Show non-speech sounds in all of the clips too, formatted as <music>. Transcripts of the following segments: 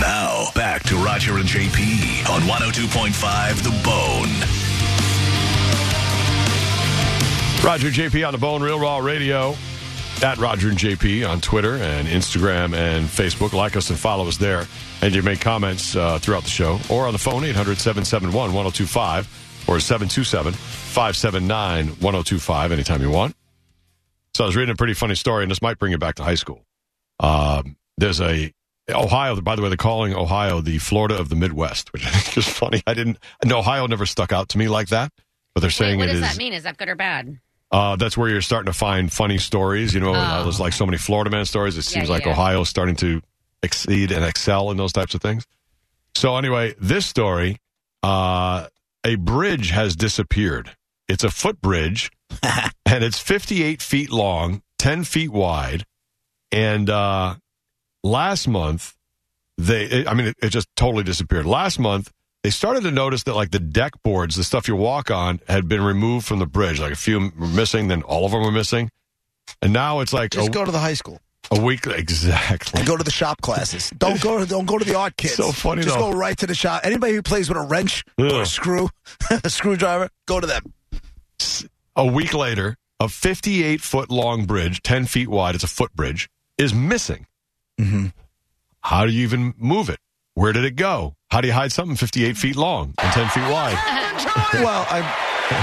Now, back to Roger and JP on 102.5 The Bone. Roger and JP on the Bone Real Raw Radio. At Roger and JP on Twitter and Instagram and Facebook. Like us and follow us there. And you make comments uh, throughout the show or on the phone 800 771 1025 or 727 579 1025 anytime you want. So I was reading a pretty funny story, and this might bring it back to high school. Um, there's a Ohio, by the way, they're calling Ohio the Florida of the Midwest, which I think is funny. I didn't, and Ohio never stuck out to me like that, but they're saying what it does is. that mean? Is that good or bad? Uh, that's where you're starting to find funny stories. You know, uh, there's like so many Florida man stories. It Oh. Yeah, seems yeah, like yeah. Ohio's starting to exceed and excel in those types of things. So anyway, this story, uh, a bridge has disappeared. It's a footbridge, and it's 58 feet long, 10 feet wide, and uh, last month they it, i mean it, it just totally disappeared last month they started to notice that like the deck boards the stuff you walk on had been removed from the bridge like a few were missing then all of them were missing and now it's like a, Just go to the high school. a week <laughs> exactly Go to the shop classes. Don't go. Don't go to the art kids. So funny, Just though. go right to the shop. Anybody who plays with a wrench or Ugh. a screw, <laughs> a screwdriver, go to them. a week later a 58 foot long bridge 10 feet wide it's a footbridge is missing Mm-hmm. how do you even move it where did it go how do you hide something 58 feet long and 10 feet wide Well, I'm.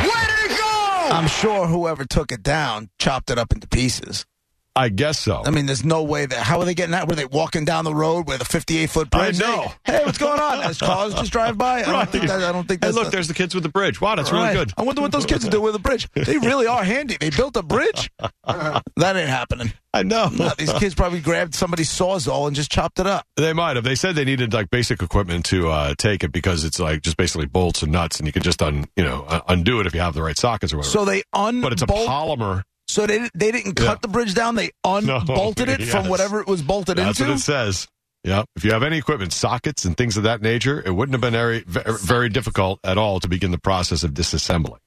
Where did it go? I'm sure whoever took it down chopped it up into pieces. i guess so I mean, there's no way that. How are they getting that? Were they walking down the road with a 58 foot I bridge? know. Hey, hey, what's going on? As cars just drive by. I don't think that. I don't think Hey, that's look, the- there's the kids with the bridge. Wow, that's Right. really good. I wonder what those kids do with a bridge. They really are handy. They built a <laughs> bridge. that ain't happening. I know. No, these kids probably grabbed somebody's sawzall and just chopped it up. They might have. They said they needed like basic equipment to uh, take it because it's like just basically bolts and nuts, and you can just un you know uh, undo it if you have the right sockets or whatever. So they unbolted. but it's a polymer. so they they didn't Yeah. cut the bridge down. <laughs> They unbolted it from yes. whatever it was bolted That's into. what it says. Yeah. If you have any equipment, sockets and things of that nature, it wouldn't have been very, ve- very difficult at all to begin the process of disassembling.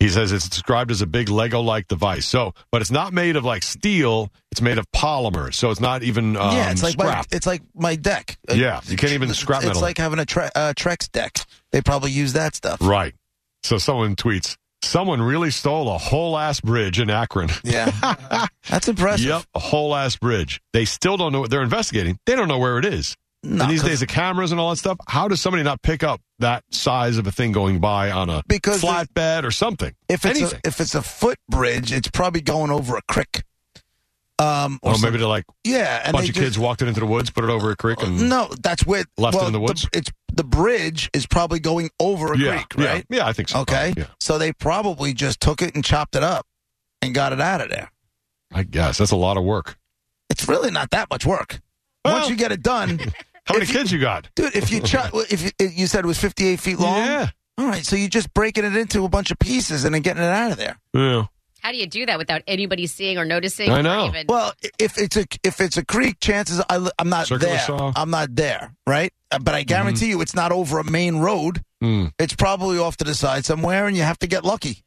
He says it's described as a big Lego-like device. So, but it's not made of like steel; it's made of polymer. So it's not even um, yeah, it's like my, scrap. it's like my deck. Yeah, you can't even It's- scrap metal It's it. like having a tre- uh, Trex deck. They probably use that stuff. Right. So someone tweets, someone really stole a whole ass bridge in Akron. Yeah, <laughs> that's impressive. Yep, a whole ass bridge. They still don't know what they're investigating. They don't know where it is. No, and these 'cause- days, the cameras and all that stuff, how does somebody not pick up that size of a thing going by on a Because flatbed or something? if it's Anything. A, if it's a footbridge, it's probably going over a creek. Um, or or Oh, maybe some- they're like, yeah, a and bunch they of just- kids walked it into the woods, put it over a creek, and No, that's where Left it well, in the woods? it's the bridge is probably going over a yeah, creek, right? Yeah, yeah, I think so. Okay, Yeah, so they probably just took it and chopped it up and got it out of there. I guess that's a lot of work. It's really not that much work Well- once you get it <laughs> done, How many If you- kids you got? dude. If you chop, if you, you said it was fifty eight feet long, Yeah. All right, so you're just breaking it into a bunch of pieces and then getting it out of there. Yeah. How do you do that without anybody seeing or noticing? I or know. even- <laughs> Well, i- if it's a if it's a creek, chances I, I'm not Circular there. saw. Mm-hmm. I'm not there, right? Uh, But I guarantee you, it's not over a main road. Mm. It's probably off to the side somewhere, and you have to get lucky.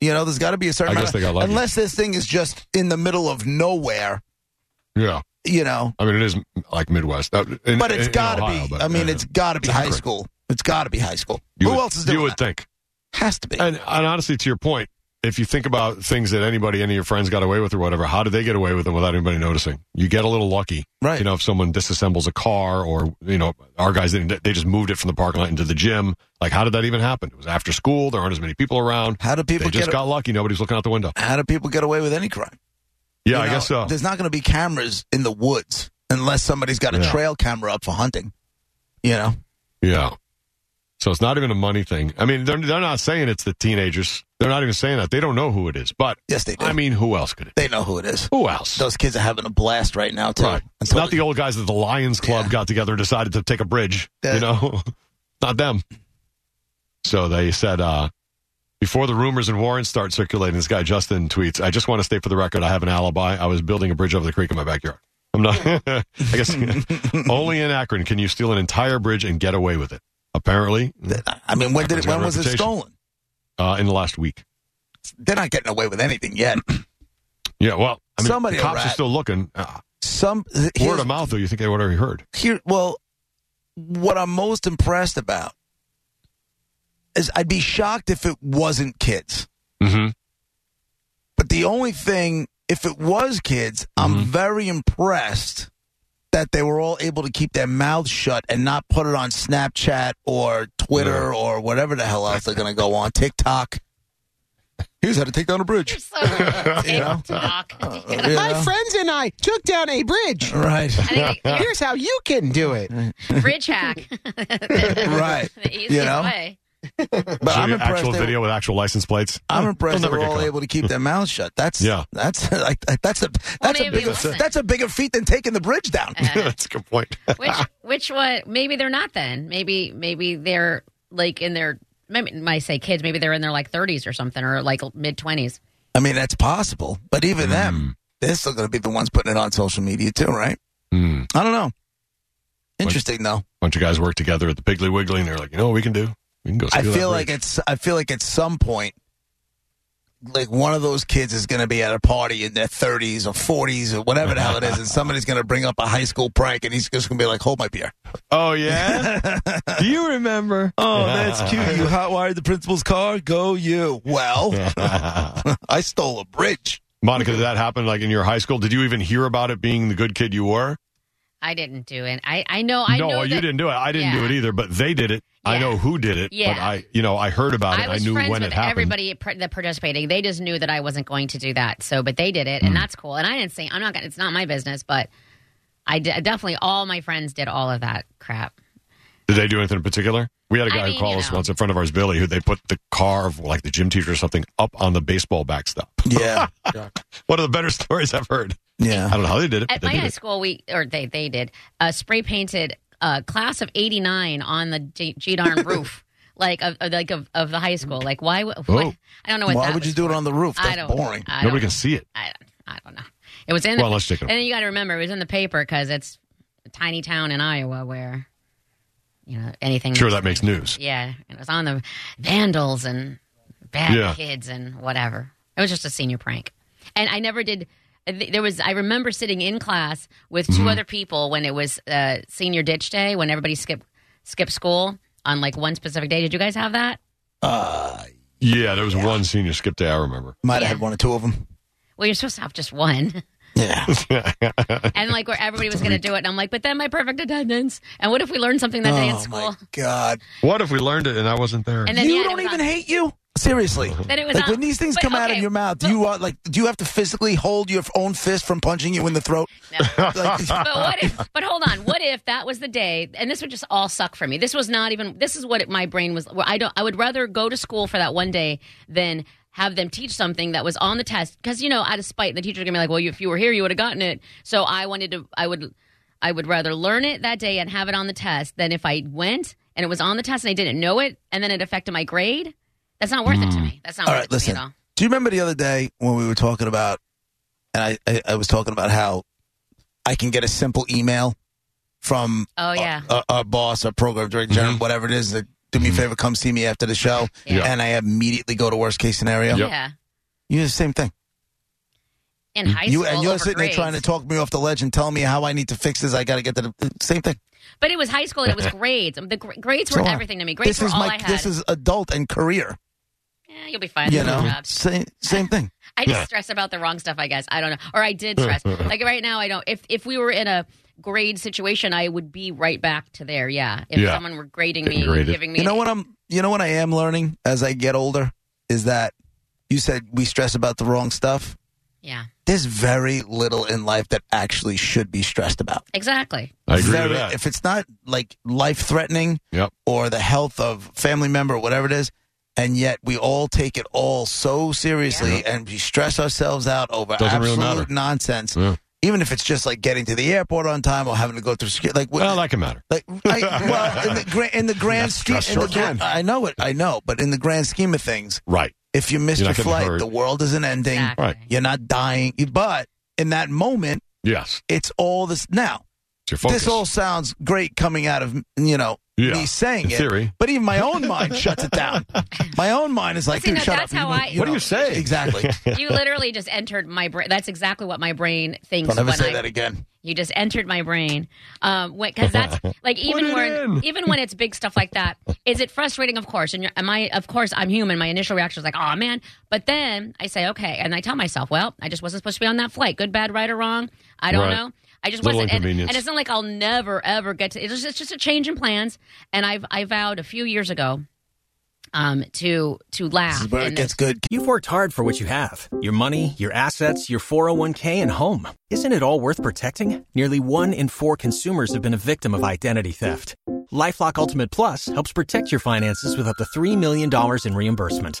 You know, there's got to be a certain. I guess amount of- they got lucky. Unless this thing is just in the middle of nowhere, Yeah. you know. I mean, it is like Midwest. Uh, in- But it's in got to Ohio, be. but, I mean, yeah. it's got to be It's high accurate. school. It's got to be high school. You Who would- else is doing You would that? think. Has to be. And, and honestly, to your point, if you think about things that anybody, any of your friends got away with or whatever, how did they get away with them without anybody noticing? You get a little lucky. Right. You know, if someone disassembles a car or, you know, our guys, didn't, they just moved it from the parking lot into the gym. Like, how did that even happen? It was after school. There aren't as many people around. How do people They just get? got lucky. Nobody's looking out the window. how do people get away with any crime? Yeah, You I know, guess so. There's not going to be cameras in the woods unless somebody's got a Yeah. trail camera up for hunting. You know, Yeah. So it's not even a money thing. I mean, they're, they're not saying it's the teenagers. They're not even saying that. They don't know who it is. But Yes, they do. I mean, who else could it? be? they know who it is. Who else? Those kids are having a blast right now, too. Right. It's Until not the old guys that the Lions Club Yeah. got together and decided to take a bridge. Yeah. You know, <laughs> not them. So they said uh, before the rumors and warrants start circulating, this guy Justin tweets, "I just want to state for the record, I have an alibi. I was building a bridge over the creek in my backyard. I'm not. <laughs> I guess only in Akron can you steal an entire bridge and get away with it. Apparently, I mean, when did Akron's it, got when a was it reputation. stolen? uh, in the last week. They're not getting away with anything yet. <clears throat> Yeah. Well, I mean, Somebody the cops rat. are still looking. Uh, Some word here's- of mouth, though, you think they would have already heard. here well what i'm most impressed about is i'd be shocked if it wasn't kids Mm-hmm. but the only thing if it was kids i'm very impressed that they were all able to keep their mouths shut and not put it on snapchat or twitter or whatever the hell else they're going to go on tiktok here's how to take down a You're bridge so <laughs> <laughs> TikTok. you I My know? friends and I took down a bridge. right think you're Here's how you can do it. a bridge hack. <laughs> the right easiest You know? way. but i'm impressed actual they were- video with actual license plates. I'm impressed They'll that never we're get all caught. able to keep their mouths shut. That's Yeah. That's like that's a that's a maybe bigger it wasn't. that's a bigger feat than taking the bridge down. <laughs> That's a good point. <laughs> Which which one? Maybe they're not. Then maybe maybe they're like in their. Maybe, might say kids. Maybe they're in their like 30s or something, or like mid 20s. I mean, that's possible. But even them, they're still going to be the ones putting it on social media too, right? Hmm. I don't know. Interesting though. bunch of guys work together at the Piggly Wiggly, and they're like, you know what we can do? We can go. I steal that feel like bridge." it's I feel like at some point, like one of those kids is going to be at a party in their 30s or 40s or whatever the hell it is, and somebody's going to bring up a high school prank, and he's just going to be like, "Hold my beer." Oh yeah. <laughs> do you remember? Oh, that's cute. You hotwired the principal's car. Go you. Well, I stole a bridge. Monica, did that happen like in your high school? Did you even hear about it being the good kid you were? I didn't do it. I I know. I no, know you that didn't do it. I didn't do Yeah. it either, but they did it. I Yeah. know who did it, but Yeah. I, you know, I heard about it. I was knew friends when with it happened. everybody pr- that participating. They just knew that I wasn't going to do that. So, but they did it, Hmm. and that's cool. And I didn't say I'm not. gonna It's not my business, but I d- definitely all my friends did all of that crap. Did they do anything in particular? We had a I guy mean, who called you us know. once, a friend of ours, Billy, who they put the car of like the gym teacher or something up on the baseball backstop. <laughs> Yeah, One of the better <laughs> stories I've heard. I yeah. don't know how they did it. At but my they did high it. school, we or they they did a spray painted uh, class of '89 on the G- <laughs> G-darn roof, like of of- like of, of the high school. Like why? would Oh. I don't know what. <laughs> Why that would you was do it for. on the roof? I That's don't. boring. I Nobody don't- can see it. I don't, I don't know. It was in the Well, let's take it And then you got to remember it was in the paper because it's a tiny town in Iowa where you know anything. Sure, that makes news. Yeah, it was on the vandals and bad Yeah. kids and whatever. It was just a senior prank, and I never did. th- There was I remember sitting in class with 2 Mm-hmm. other people when it was uh, senior ditch day when everybody skipped skipped school on like one specific day. Did you guys have that? Yeah, there was one senior skip day I remember. Might have had one or two of them. Well, you're supposed to have just one. <laughs> Yeah. and like where everybody was going to do it. And I'm like, but then my perfect attendance. And what if we learned something that day in Oh school? my <laughs> God! What if we learned it and I wasn't there? And then You yeah, don't it was even on- hate you. <laughs> Seriously. Then it was Like on- when these things but, come out of okay, your mouth, do you are like, do you have to physically hold your own fist from punching you in <laughs> the throat? No. Like, <laughs> but what if? But hold on. What if that was the day? And this would just all suck for me. This was not even. This is what it, my brain was. Well, I don't. I would rather go to school for that one day than have them teach something that was on the test. Because you know, out of spite, the teacher's gonna be like, "Well, you, if you were here, you would have gotten it." So I wanted to. I would. I would rather learn it that day and have it on the test than if I went and it was on the test and I didn't know it and then it affected my grade. That's not worth it to me. That's not Hmm. all worth right, it listen. to me at all. Do you remember the other day when we were talking about, and I, I, I was talking about how I can get a simple email from Oh yeah. Mm-hmm. our, our boss, our program director, whatever it is, that do me a favor, come see me after the show, Yeah. and I immediately go to worst case scenario. Yep. Yeah. You do the same thing. In high You school, and you're over sitting grades. there trying to talk me off the ledge and telling me how I need to fix this. I got to get to the same thing. But it was high school and <laughs> it was grades. The gr- grades were So, uh, everything to me. Grades this were is all my I had. this is adult and career. Eh, you'll be fine. you Those are know, jobs. same <laughs> same thing. I just stress about the wrong stuff, I guess. I don't know. Or I did stress. <laughs> like right now, I don't. If if we were in a grade situation, I would be right back to there. Yeah. If Yeah. someone were grading Getting me, graded. giving me. You know an- what I'm. You know what I am learning as I get older is that you said we stress about the wrong stuff. Yeah, There's very little in life that actually should be stressed about. exactly. I agree very, with that. If it's not like life threatening Yep. or the health of family member or whatever it is, and yet we all take it all so seriously and we stress ourselves out over Doesn't really absolute matter. nonsense. Yeah. Even if it's just like getting to the airport on time or having to go through security, like, Well, that can matter. like I, <laughs> well, in the, gra- in the grand scheme, in the, stressful. gra- I know it, I know, but in the grand scheme of things, Right. if you miss You're your not getting flight, hurt. the world isn't ending. Exactly. Right. <laughs> You're not dying, but in that moment, Yes. it's all this. Now, It's your focus. this all sounds great coming out of you know Yeah, me saying in it, theory. but even my own mind shuts <laughs> it down. My own mind is like, See, dude, now shut that's up. how I- What do you say? Exactly. You literally just entered my brain. That's exactly what my brain thinks Don't ever when say I that again. You just entered my brain. Um, because that's like even it when in. even when it's big stuff like that, is it frustrating? Of course, and you're, am I? Of course, I'm human. My initial reaction is like, "Oh man," but then I say, "Okay," and I tell myself, "Well, I just wasn't supposed to be on that flight. Good, bad, right, or wrong. I don't Right. know. I just Little wasn't." And, inconvenience. and it's not like I'll never ever get to. It's just, it's just a change in plans. And I've I vowed a few years ago, um, to to laugh. This is where it and- gets good. You've worked hard for what you have your money, your assets, your 401k, and home. Isn't it all worth protecting? Nearly one in four consumers have been a victim of identity theft. Lifelock Ultimate Plus helps protect your finances with up to $3 million in reimbursement.